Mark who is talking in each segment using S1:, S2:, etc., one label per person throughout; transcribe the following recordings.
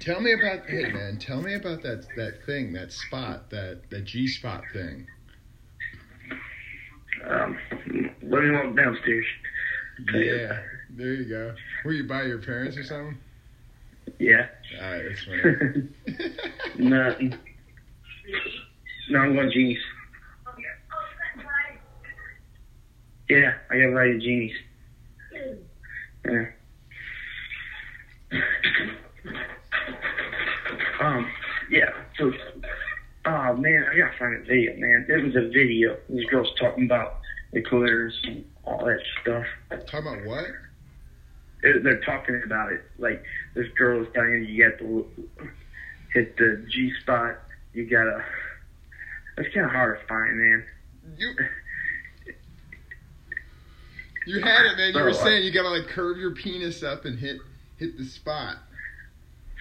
S1: Tell me about hey man, tell me about that that thing, that spot, that that G spot thing.
S2: Um, living room downstairs.
S1: Yeah, there you go. Were you by your parents or something?
S2: Yeah.
S1: All right, that's funny.
S2: no. No, I'm going genies. Yeah, I got invited to genies. Yeah. Um, yeah. So, oh man, I gotta find a video, man. There was a video. These girls talking about the clitters and all that stuff.
S1: Talking about what?
S2: They're, they're talking about it. Like this girl is telling you, you got to hit the G spot. You gotta. That's kind of hard to find, man.
S1: You You had it, man. You
S2: Bro,
S1: were
S2: I-
S1: saying you gotta like curve your penis up and hit hit the spot.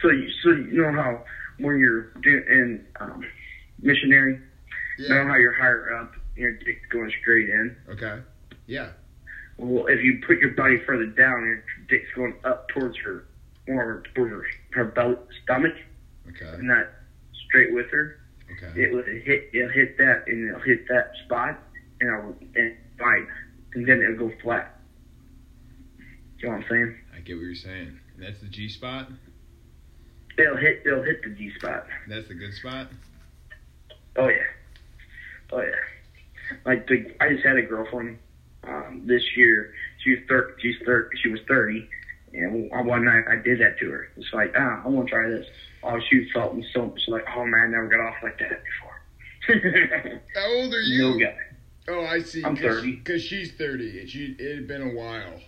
S2: So, you, so you know how when you're do- in um, missionary, you know
S1: Yeah.
S2: how you're higher up, your dick going straight in.
S1: Okay. Yeah.
S2: Well, if you put your body further down, your dick's going up towards her, more towards her, her belly, stomach,
S1: Okay.
S2: and not straight with her.
S1: Okay.
S2: It would hit, it'll hit that, and it'll hit that spot, and it'll and bite, and then it'll go flat. You know what I'm saying?
S1: I get what you're saying. And that's the G spot.
S2: It'll hit, it'll hit the G spot.
S1: That's the good spot.
S2: Oh yeah, oh yeah. Like the, I just had a girlfriend um, this year. She was thir- she's thir- she was thirty, and one- one night I did that to her. It's like ah, I want to try this. Oh, she felt me so much. Like oh man, I never got off like that before.
S1: How old are you?
S2: no guy.
S1: Oh, I see.
S2: I'm 30.
S1: Because she's 30. and She, it had been a while.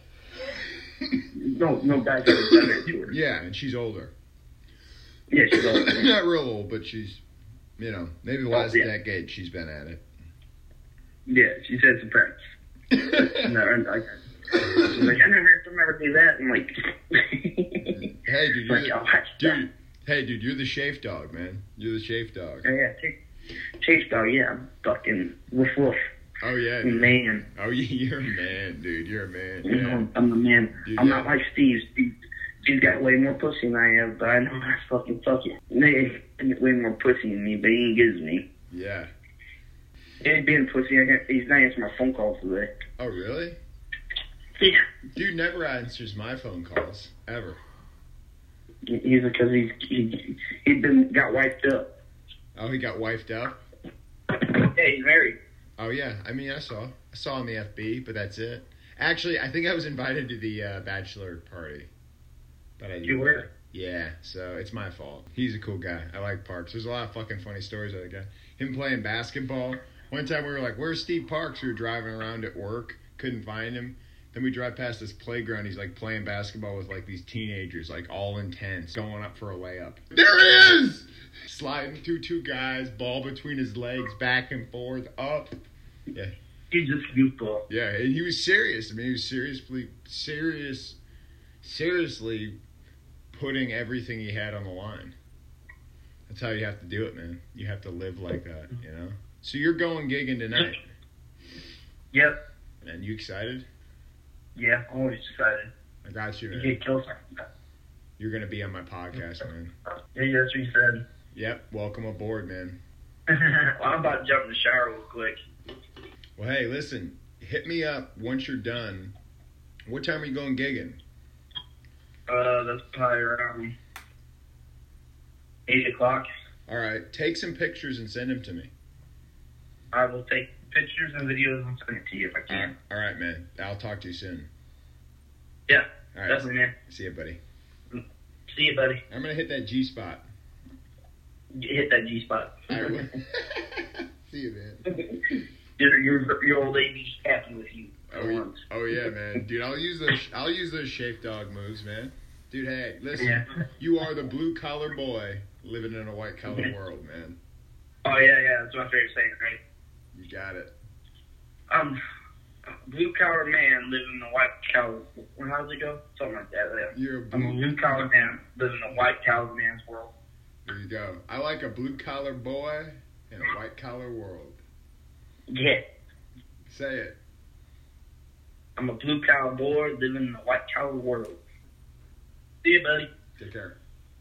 S2: No, no guy's ever done that to her.
S1: yeah, and she's older.
S2: Yeah, she's old.
S1: Not real old, but she's, you know, maybe the
S2: Oh,
S1: last
S2: yeah.
S1: decade she's been at it.
S2: Yeah, she said some parents. No, and I, she's like, I never heard them ever do that. I'm like,
S1: hey, dude, you're
S2: like
S1: the,
S2: oh, that's-
S1: dude, hey, dude, you're the shafe dog, man. You're the shafe dog.
S2: Oh, Yeah, yeah, Chase- Chase Dog, yeah, I'm fucking woof woof,
S1: Oh yeah, dude.
S2: man.
S1: oh yeah, you're a man, dude. You're a man.
S2: You
S1: Yeah.
S2: know, I'm the man.
S1: Dude,
S2: I'm
S1: yeah.
S2: not like Steve. Steve. Steve's got way more pussy than I have, but I know I fucking fuck it. Nigga got way more pussy than me, but he ain't gives me.
S1: yeah.
S2: And being pussy, I can't, he's not answering my phone calls today.
S1: Oh really?
S2: Yeah.
S1: Dude never answers my phone calls ever.
S2: He's because he's he he been got wiped up.
S1: Oh, he got wifed up.
S2: Yeah, he's married.
S1: Oh yeah, I mean I saw I saw him in the FB, but that's it. Actually, I think I was invited to the uh, bachelor party, but I didn't.
S2: You were?
S1: Yeah, so it's my fault. He's a cool guy. I like Parks. There's a lot of fucking funny stories of the guy. Him playing basketball. One time we were like, "Where's Steve Parks?" We were driving around at work, couldn't find him. Then we drive past this playground. He's like playing basketball with like these teenagers, like all intense, going up for a layup. There he is, sliding through two guys, ball between his legs, back and forth, up.
S2: He's just a goofball.
S1: Yeah, and he was serious. I mean, he was seriously, serious, seriously putting everything he had on the line. That's how you have to do it, man. You have to live like that, you know. So you're going gigging tonight,
S2: Yep.
S1: man. You excited?
S2: Yeah. I'm Always excited.
S1: I got you,
S2: You
S1: man.
S2: get killed. something.
S1: You're gonna be on my podcast, man.
S2: Yeah, that's what he said.
S1: Yep, welcome aboard, man.
S2: well, I'm about to jump in the shower real quick.
S1: Well, hey, listen, hit me up once you're done. What time are you going gigging?
S2: Uh, that's probably around eight o'clock.
S1: All right, take some pictures and send them to me.
S2: I will take pictures and videos and send it to you if I
S1: All right,
S2: can.
S1: all right, man. I'll talk to you soon.
S2: Yeah,
S1: All right.
S2: Definitely, man.
S1: See you, buddy.
S2: See you, buddy.
S1: I'm gonna hit that G spot.
S2: You hit that G spot.
S1: All right. well- See you, man.
S2: your, your your old lady's happy with you. for
S1: Oh yeah.
S2: once.
S1: oh yeah, man, dude. I'll use those. I'll use those shape dog moves, man. Dude, hey, listen.
S2: Yeah.
S1: You are the blue collar boy living in a white collar world, man.
S2: Oh yeah, yeah. That's my favorite saying, right?
S1: You got it.
S2: Um, blue collar man living in a white collar. How does it go? Something like that. Yeah.
S1: You're a
S2: I'm a
S1: blue.
S2: blue collar man living in a white collar man's world.
S1: There you go. I like a blue collar boy in a white collar world.
S2: Yeah.
S1: Say it.
S2: I'm a blue collar boy living in a white collar world. See you, buddy.
S1: Take care.